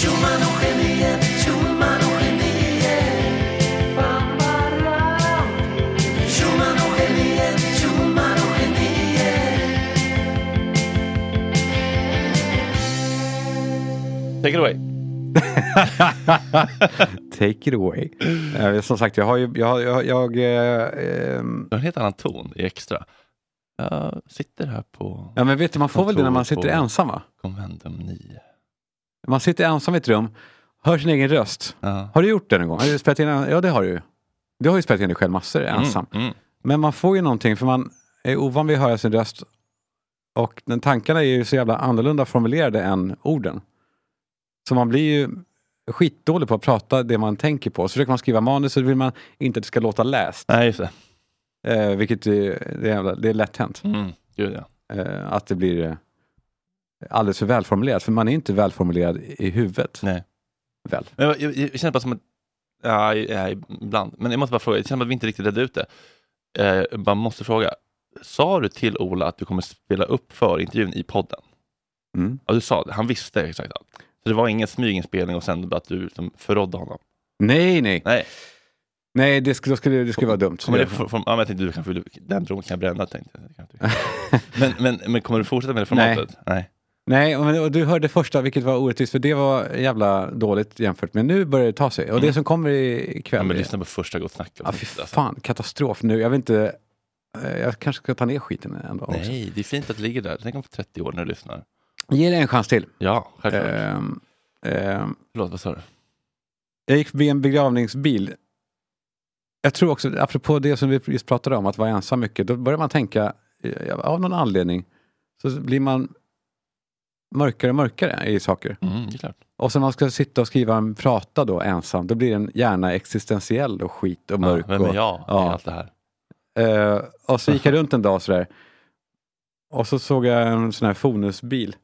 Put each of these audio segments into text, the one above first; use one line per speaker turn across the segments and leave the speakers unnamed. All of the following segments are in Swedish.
Tjoman och geniet, tjoman och geniet Tjoman och geniet, tjoman och geniet
Take it away.
Take it away. Eh, som sagt, jag har ju, jag, har- jag, jag eh, ehm,
Det har en helt annan ton i extra. Jag sitter här på
ja men vet du, man får väl det när man sitter ensam va?
Convendum 9.
Man sitter ensam i ett rum, hör sin egen röst.
Ja.
Har du gjort det någon gång? Har du spelat in, en- ja det har du ju. Du har ju spelat in dig själv massor ensam.
Mm, mm.
Men man får ju någonting för man är ovan vid att höra sin röst. Och den tankarna är ju så jävla annorlunda formulerade än orden. Så man blir ju skitdålig på att prata det man tänker på. Så försöker man skriva manus så vill man inte att det ska låta läst.
Nej, just det.
Eh, vilket är, det, är jävla, det är lätt hänt.
Mm. Gud, ja.
Eh, att det blir eh, alldeles för välformulerat. För man är inte välformulerad i huvudet.
Nej.
Väl.
Men jag, jag, jag känner bara som att, ja, ja, ibland, men jag måste bara fråga, jag känner bara att vi inte riktigt redde ut det. Eh, jag bara måste fråga, sa du till Ola att du kommer spela upp för intervjun i podden?
Mm.
Ja, du sa det, han visste exakt allt. Så det var ingen smyginspelning och sen att du liksom förrådde honom?
Nej, nej.
Nej,
Nej, det, sk- då skulle, det skulle vara dumt.
kommer det, for, for, ja, men jag tänkte du kanske, vill- den bron kan jag bränna, tänkte jag. Det kan jag. inte. men, men, men kommer du fortsätta med det
Nej.
formatet? Nej. Nej.
Nej, och, men- och du hörde första, vilket var orättvist, för det var jävla dåligt jämfört med nu börjar det ta sig. Och det som kommer i-
Mm. Ja,
ikväll...
men
är-
lyssna på första Gott Snack. alltså.
ja, fy fan, katastrof nu. Jag vill inte... eh, Jag kanske ska ta ner skiten ändå. Också.
Nej, det är fint att det ligger där. Tänk om för 30 år när du lyssnar.
Ge det en chans till.
Ja, självklart.
Ehm, ehm,
Förlåt, vad sa du?
jag gick förbi en begravningsbil. Jag tror också, apropå det som vi just pratade om, att vara ensam mycket, då börjar man tänka, eh, av någon anledning, så blir man mörkare och mörkare i saker.
Mm, det är klart.
Och sen man ska sitta och skriva en prata då ensam, då blir den gärna existentiell och skit och mörk.
Ja, vem är
och,
jag i
ja.
allt det här?
Eh, och så gick jag runt en dag sådär. Och så såg jag en sån här Fonusbil.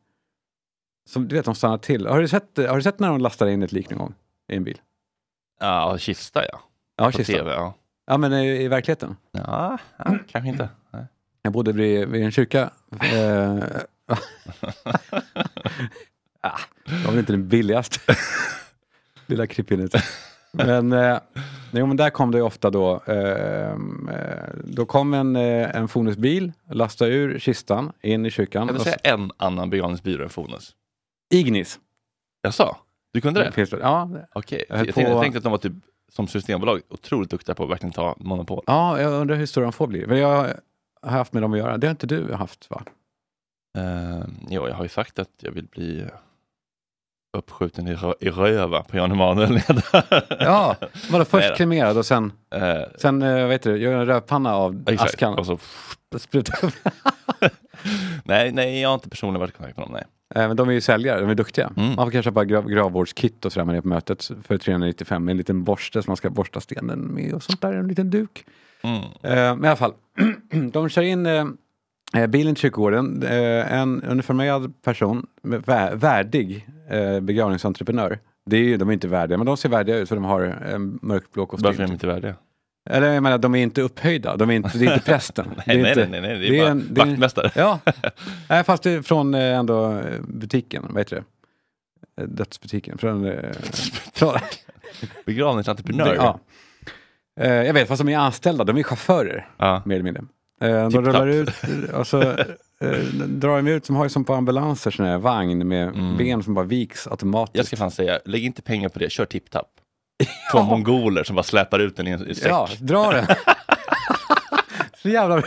Som, du vet, de stannar till. Har du sett, har du sett när de lastar in ett lik någon gång? I en bil?
Ja, kista ja.
Ja,
På
kista.
tv, ja.
Ja, men i, i verkligheten.
Ja, ja kanske inte. Nej.
Jag bodde vid, vid en kyrka. Eh, ah, det var väl inte den billigaste. Lilla krypinnet. Men, eh, jo, men där kom det ju ofta då. Eh, eh, då kom en, eh, en Fonusbil, lastade ur kistan in i kyrkan.
Kan du
Och
säga en annan begravningsbyrå än Fonus?
så- Ignis.
Jag sa. Du kunde det?
Finns det? Ja,
Okej. Jag,
Jag höll
tänkte, jag
på-
tänkte att de var typ, som systembolag, otroligt duktiga på att verkligen ta monopol.
ja, jag undrar hur stora de får bli. Men jag har haft med dem att göra. Det har inte du haft va?
Uh, jo, jag har ju sagt att jag vill bli eh, uppskjuten i, rö- i röva på Jan Emanuel.
Ja, vadå
Nej
först
då.
kremerad och sen,
Eh,
sen eh, vad heter det, gör en rövpanna av
exakt.
askan.
Och så,
Och sprutar.
nej, nej, jag har inte personligen varit i kontakt med dem. Nej.
Eh, Men de är ju säljare, de är duktiga.
Mm.
Man får kanske köpa grav, gravvårdskit och sådär med det på mötet för 395 med en liten borste som man ska borsta stenen med och sånt där, en liten duk.
Mm.
Eh, Men i alla fall, de kör in eh, Eh, bilen till kyrkogården. Eh, en uniformerad person, med vä- värdig eh, begravningsentreprenör. Det är ju, de är inte värdiga, men de ser värdiga ut för de har en mörkblå kostym.
Varför är de inte värdiga?
Eller jag menar, de är inte upphöjda. De är inte, det är inte prästen. Det
Nej,
är
nej,
inte,
nej, nej, nej, det är
det är
bara
en- det är en-
vaktmästare.
Ja, Nej, fast det är från eh, ändå eh, butiken, vad heter det? Eh, Dödsbutiken. Från, eh, från,
Begravningsentreprenör.
ja. Eh, Jag vet, fast de är anställda, de är chaufförer
Ja.
mer eller mindre. Eh, De
Tipp-tapp.
rullar ut och så eh, drar de ut, som har ju som på ambulanser, sån här vagn med ben som bara viks automatiskt.
Mm. Jag ska fan säga, lägg inte pengar på det, kör tipptapp. Två mongoler som bara släpar ut den i en i säck.
Ja, dra den. så, jävla,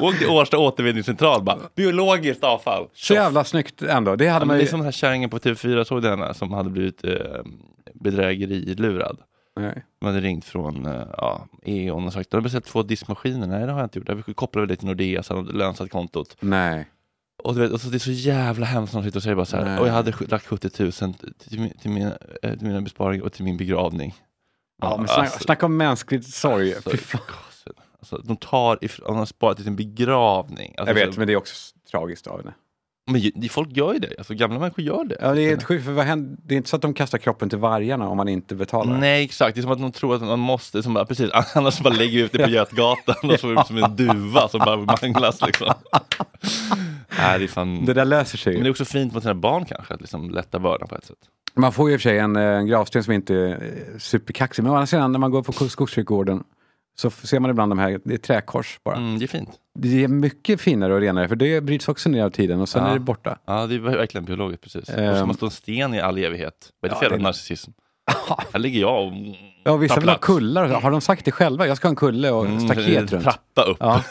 Åk till Årsta återvinningscentral bara, biologiskt avfall.
så jävla snyggt ändå. Det hade
Ja,
man
men
ju...
det är som den här kärringen på TV4, såg du henne som hade blivit eh, bedrägerilurad?
Nej.
De hade ringt från eh, ja, E.ON och sagt, du har beställt två diskmaskiner, nej det har jag inte gjort, Ja, vi kopplar väl det till Nordea, sen har du lönsat kontot.
Nej.
Och, du vet, och så, det är så jävla hemskt när de sitter och säger bara så här,
Nej.
och jag hade sj- lagt 70 000 till, min- till, mina, eh, till mina besparingar och till min begravning.
Ja, men snacka, snacka om mänsklig sorg.
alltså,
Fy fan.
alltså, de tar ifrån, de har sparat till sin begravning. Alltså,
Jag vet,
så-
men det är också s- tragiskt av henne.
men ju- folk gör ju det, alltså, gamla människor gör det. Alltså,
Ja, det är helt sjukt, för vad händer? det är inte så att de kastar kroppen till vargarna om man inte betalar.
Nej, exakt. Det är som att de tror att man måste, som bara, precis, annars bara lägger vi ut det på Götgatan och så är det som en duva som bara manglas liksom. Nej, det är fan...
Det där löser sig
Men
ju.
det är också fint mot sina barn kanske, att liksom lätta bördan på ett sätt.
Man får ju i och för sig en, eh, en gravsten som inte är eh, superkaxig, men å andra sidan när man går på Ko- Skogskyrkogården så f- ser man ibland de här, det är träkors bara.
Mm, det är fint.
Det är mycket finare och renare, för det bryts också ner av tiden och sen
Ja.
är det borta.
Ja, det är verkligen biologiskt, precis. Och så
Ehm.
måste de sten i all evighet. Vad är det
Ja,
för
det
jävla
är-
narcissism? Här ligger jag och
Ja, vissa
tar
vill ha
plats.
kullar, och så. har de sagt det själva? Jag ska ha en kulle och
Mm, en
staket runt.
Trappa upp.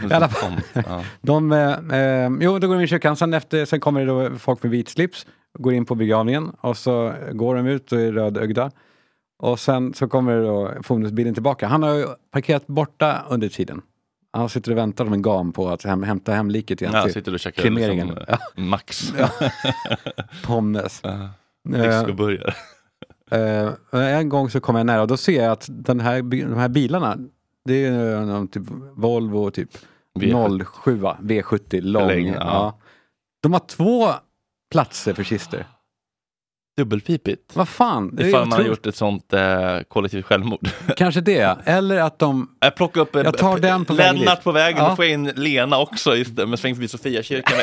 Ja.
I
alla fall.
fall. Ja.
De, eh, eh, jo, då går de i kyrkan, sen, efter, sen kommer det då folk med vit slips, går in på begravningen och så går de ut och är rödögda. Och sen så kommer då fordonsbilen tillbaka. Han har ju parkerat borta under tiden. Han sitter och väntar som en gam på att hem, hämta hem liket igen
Ja,
till
sitter och käkar
typ. kremeringen.
liksom,
Ja,
Max.
pommes.
Ja.
Eh,
Discoburgare.
Eh, en gång så kom jag nära och då ser jag att den här, bi- de här bilarna, det är ju någon typ Volvo typ
V70.
07, V70 lång.
Längre,
ja.
ja.
De har två platser för kister.
Dubbelpipigt.
Vad fan? Det är
Ifall man har
otroligt.
gjort ett sånt eh, kollektivt självmord.
Kanske det, eller att de...
Jag plockar upp eh,
Jag tar den på vägen
Lennart
dit.
på vägen,
Ja.
då får jag in Lena också, just det, men sväng förbi Sofiakyrkan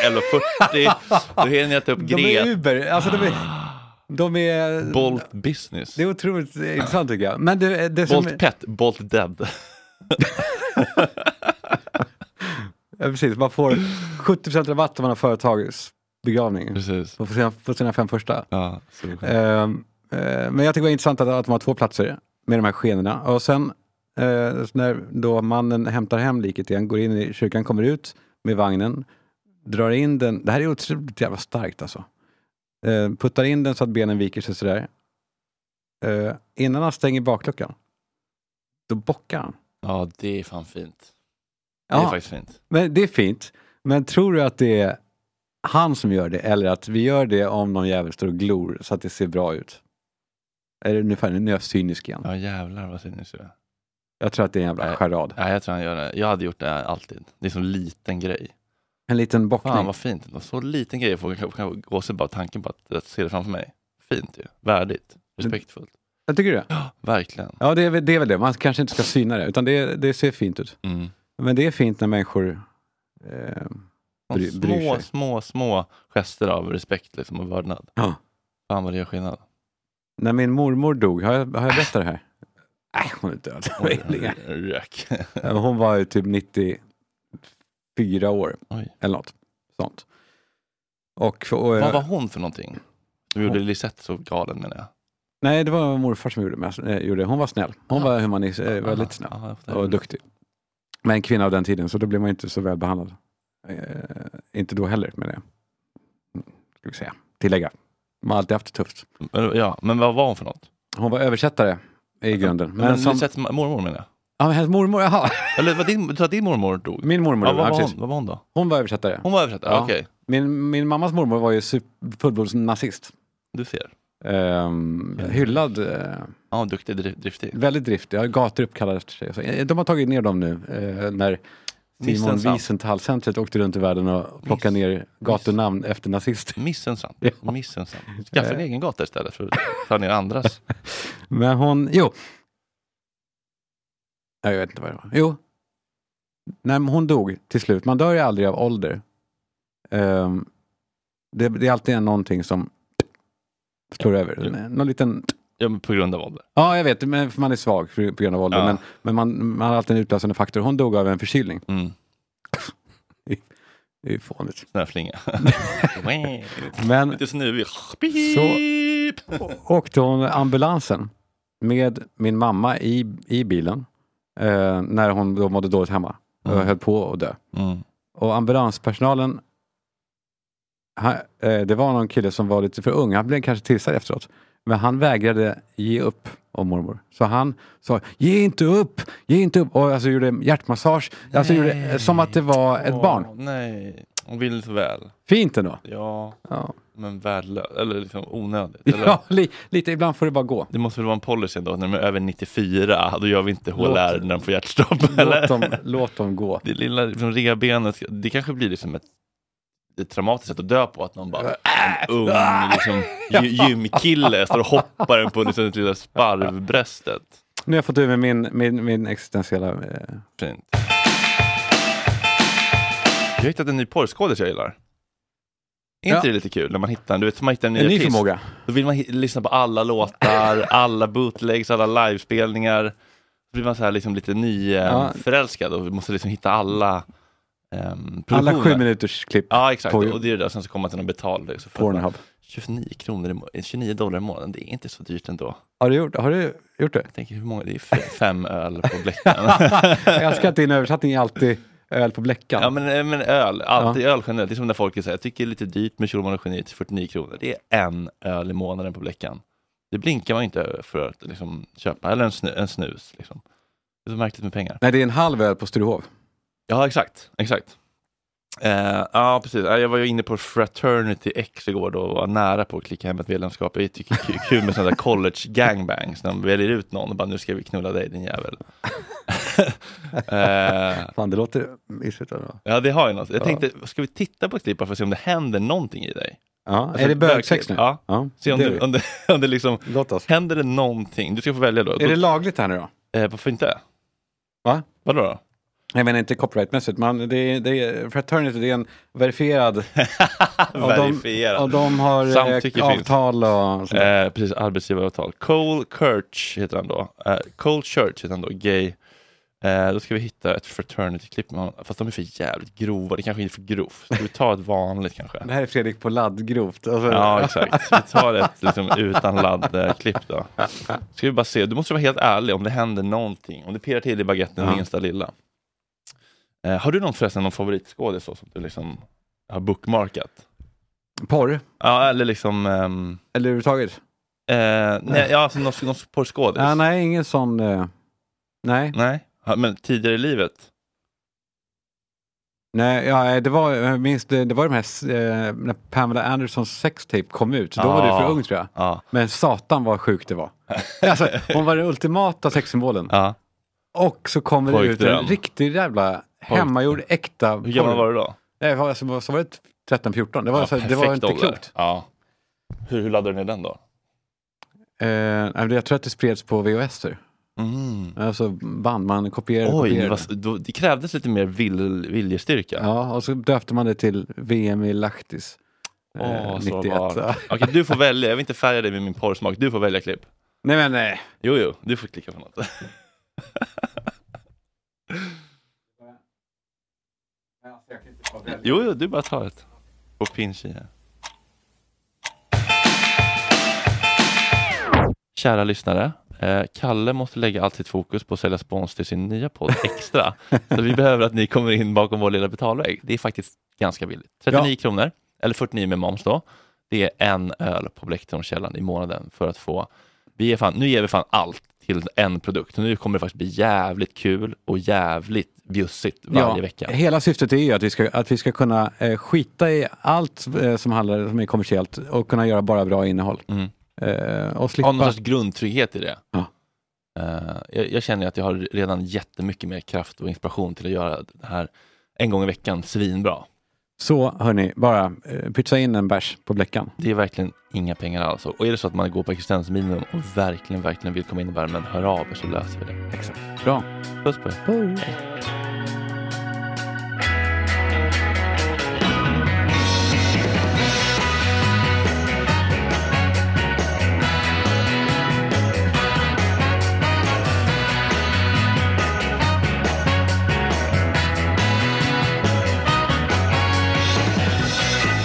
vid 11.40. Då hinner jag ta upp
De är
Gret.
Uber, alltså de är... De är
Bolt Business.
det är otroligt intressant tycker jag. Men det, det som,
Bolt Pet, Bolt Dead.
ja, precis, man får 70% rabatt om man har företagets begravning.
Precis.
På sina, på sina fem första.
Ja, så.
Ehm, eh, men jag tycker det var intressant att, att de har två platser med de här skenorna. Och sen eh, så när då mannen hämtar hem liket igen, går in i kyrkan, kommer ut med vagnen, drar in den. Det här är otroligt jävla starkt alltså. Eh, puttar in den så att benen viker sig sådär. Eh, innan han stänger bakluckan, då bockar han.
ja, det är fan fint. Det är
Ja,
faktiskt fint.
men det är fint. Men tror du att det är han som gör det eller att vi gör det om någon jävel står och glor så att det ser bra ut? Är det ungefär, nu är jag cynisk igen.
Ja, jävlar vad cynisk du är.
Jag tror att det är en jävla
Nej.
charad.
Nej, jag tror han gör det. Jag hade gjort det här alltid. Det är så liten grej.
En liten bockning.
Fan vad fint. ändå. Så liten grej. Jag får kan- kan gåshud bara av tanken på att, att se det framför mig. Fint ju. Värdigt. Respektfullt.
Jag tycker det.
Verkligen.
Ja, det är, väl- det är väl det. Man kanske inte ska syna det, utan det, det ser fint ut.
Mm.
Men det är fint när människor... Eh,
De
Bry- bryr
små,
sig.
små, små gester av respekt liksom, och vördnad.
Ja.
Fan vad det gör skillnad.
när min mormor dog, har jag, har jag berättat det här? Nej, hon är död.
Oj, Rök.
Hon var ju typ 94 år,
Oj.
eller något sånt. Och, och, eh,
Vad var hon för någonting? Du gjorde Lisette så galen menar jag.
Nej, det var morfar som gjorde, men, eh, gjorde det. Hon var snäll. Hon var humanist, eh, väldigt snäll.
Ja, jag fattar.
och duktig. Men en kvinna av den tiden, så då blir man inte så väl behandlad. Eh, inte då heller, med det. Mm, Ska vi säga. Tillägga. Man har alltid haft det tufft.
Men, ja, men vad var hon för något?
Hon var översättare i grunden.
Men,
Men som,
Lisettes mormor menar jag.
ja, men hennes mormor, jaha.
Eller vad din, du sa att din mormor dog?
Min mormor,
ja,
ja,
vad, var
precis.
hon, vad var hon då?
Hon var översättare.
Hon var översättare?
Ja.
Okej,
Min, min mammas mormor var ju sup- fullblodsnazist.
du ser.
Ehm, hyllad, eh,
Ja, duktig, dri- driftig.
väldigt driftig. Ja, Gator uppkallade efter sig. och så. Eh, De har tagit ner dem nu eh, när Simon
Missunnsam.
Wiesenthal-centret åkte runt i världen och plockade ner gatunamn efter nazister.
Missunnsam.
Ja.
Missunnsam. Skaffa en egen gata istället för att ta ner andras.
Men hon, jo. Ja, Jag vet inte vad det var. Jo. Nej, men hon dog till slut. Man dör ju aldrig av ålder. Ehm, det, det är alltid någonting som slår över. Någon liten...
Ja, men på grund av ålder.
Ja, jag vet, men för man är svag för, på grund av ålder.
Ja.
Men, men man, man har alltid en utlösande faktor. Hon dog av en förkylning.
Mm.
Det är ju fånigt.
Snöflinga.
Men
Lite snuvig.
Så-
Beep!
åkte hon ambulansen med min mamma i, i bilen eh, när hon då mådde dåligt hemma och
Mm.
höll på att dö.
Mm.
Och ambulanspersonalen, han, eh, det var någon kille som var lite för ung, han blev kanske tillsagd efteråt. Men han vägrade ge upp om mormor. Så han sa, ge inte upp, ge inte upp. Och alltså gjorde hjärtmassage, alltså gjorde, eh, som att det var ett
Åh,
barn.
Nej, hon vill så väl.
Fint ändå.
Ja,
Ja,
men värdelös. Eller liksom onödigt. Eller?
ja li, lite, ibland får det bara gå.
Det måste väl vara en policy ändå, när de är över 94, då gör vi inte
Låt-
HLR när de får hjärtstopp. eller?
Låt dem, låt dem gå.
Det lilla liksom, revbenet, det kanske blir liksom ett, ett traumatiskt sätt att dö på, att någon bara, "Äh!" en ung liksom, gy- gymkille står och hoppar på liksom, det lilla sparvbröstet.
Nu har jag fått ur med min, min, min existentiella... Eh,
Fint. Jag har hittat en ny porrskådis jag gillar. Är
Ja.
inte det lite kul när man hittar, du vet, man hittar en ny,
en ny
artist.
förmåga.
Då vill man hi- lyssna på alla låtar, alla bootlegs, alla livespelningar. Då blir man så här liksom lite
Ja.
nyförälskad och måste liksom hitta alla ehm,
Alla
produktioner.
sju minuters klipp.
Ja, exakt.
på
och det är det där, sen så kommer man till någon betald. också. För att bara,
Pornhub.
29 kronor i må- eh, 29 dollar i månaden, det är inte så dyrt ändå.
Har du gjort, har du gjort det?
Jag tänker hur många, det är f- fem öl på bläckan.
Jag älskar att din översättning är alltid öl på bläckan.
Ja men, eh, men öl, alltid öl generellt. Det är som när folk säger, jag tycker det är lite dyrt med Schulman och Geniet, 49 kronor. Det är en öl i månaden på Bleckan. Det blinkar man ju inte för att liksom, köpa, eller en, snu, en snus. Liksom. Det är så märkligt med pengar.
Nej, det är en halv öl på Sturehof.
Ja exakt, exakt. Eh, ja precis, Ja, jag var ju inne på Fraternity X igår då och var nära på att klicka hem ett medlemskap. Jag tycker det är kul med sådana där college gangbangs när de väljer ut någon och bara nu ska vi knulla dig din jävel. eh,
Fan, det låter mysigt. ändå.
Ja, det har ju något. Jag
Ja.
tänkte, ska vi titta på ett klipp bara för att se om det händer någonting i dig?
Ja.
Alltså,
Är det bögsex nu?
bögklipp? Ja. Se om
det
det,
är det.
om det, om det liksom,
Låt oss.
händer det någonting? Du ska få välja då.
Är det lagligt här nu då?
eh, varför inte?
Va?
Vadå då?
Jag menar inte copyrightmässigt, men det är, det är, fraternity det är en verifierad... och de-
Verifiera.
Och de har eh,
Samtycke finns.
avtal och... sånt.
Eh, precis, arbetsgivaravtal. Cole Church heter han då. Eh, Cole Church heter han då, gay. Eh, då ska vi hitta ett fraternity-klipp med honom. Fast de är för jävligt grova, det kanske inte är för grovt. Ska vi ta ett vanligt kanske?
Det här är Fredrik på ladd grovt. Alltså,
Ja, exakt. Vi tar ett liksom, utan ladd-klipp då. Ska vi bara se, du måste vara helt ärlig om det händer någonting. Om det pirrar till i baguetten
Ja.
minsta lilla. Eh, har du någon förresten, någon favoritskådis så som du liksom har bookmarkat?
Porr,
Ja, eller liksom... ehm,
eller överhuvudtaget.
eh, nej, ja, alltså någon, någon porrskådis?
Ja, nej, ingen sån... Eh, nej.
Nej? Ja, Men tidigare i livet?
Nej, ja, det var, jag minns, det, det var de här, s- eh, när Pamela Andersons sextape kom ut, då var du
Ah.
för ung tror jag.
Ja.
Men satan vad sjukt det var. Alltså, hon var den ultimata sexsymbolen.
ja.
Och så kommer det ut en
Pojkdröm.
riktig jävla hemmagjord äkta
Hur gammal
porr.
var du då?
Nej, var- alltså, var- så var det 13-14. Det var,
Ja,
så, det
perfekt
var inte
ålder.
klokt.
Ja. Hur, hur laddade du ner den då?
Eh, nej, men jag tror att det spreds på VHS. -er.
Mm.
Alltså band, man kopierade och
Oj, det,
kopierade.
var, då, det krävdes lite mer vil, viljestyrka.
Ja, och så döpte man det till VM i Lahtis. eh,
Åh, så
91.
var det. Okej, du får välja. Jag vill inte färga dig med min porrsmak. Du får välja klipp.
Nej, men eh, nej.
Jo, jo, du får klicka på något. Jo, jo, du bara tar ett. På pinchi här. Kära lyssnare. eh, Kalle måste lägga allt sitt fokus på att sälja spons till sin nya podd Extra. Så vi behöver att ni kommer in bakom vår lilla betalvägg. Det är faktiskt ganska billigt. 39 kronor, eller 49 med moms då. Det är en öl på Blecktornskällan i månaden för att få vi är fan, nu ger vi fan allt till en produkt. Nu kommer det faktiskt bli jävligt kul och jävligt bjussigt varje vecka.
Hela syftet är ju att vi ska, att vi ska kunna eh, skita i allt eh, som, handlar, som är kommersiellt och kunna göra bara bra innehåll.
Mm.
Eh, och
Ha någon
slippa...
sorts grundtrygghet i det.
Ja.
Eh, jag, jag känner att jag har redan jättemycket mer kraft och inspiration till att göra det här en gång i veckan svinbra.
Så hörni, bara eh, pytsa in en bärs på bläckan.
Det är verkligen inga pengar alls. Och är det så att man går på existensminimum och verkligen, verkligen vill komma in i värmen, hör av er så löser vi det.
Exakt. Bra.
Puss på er!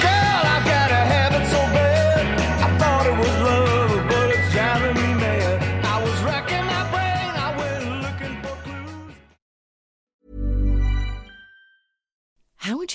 Girl, I got a habit so bad. I thought it was love, but it's driving me mad. I was racking my brain, I went looking for clues.
How would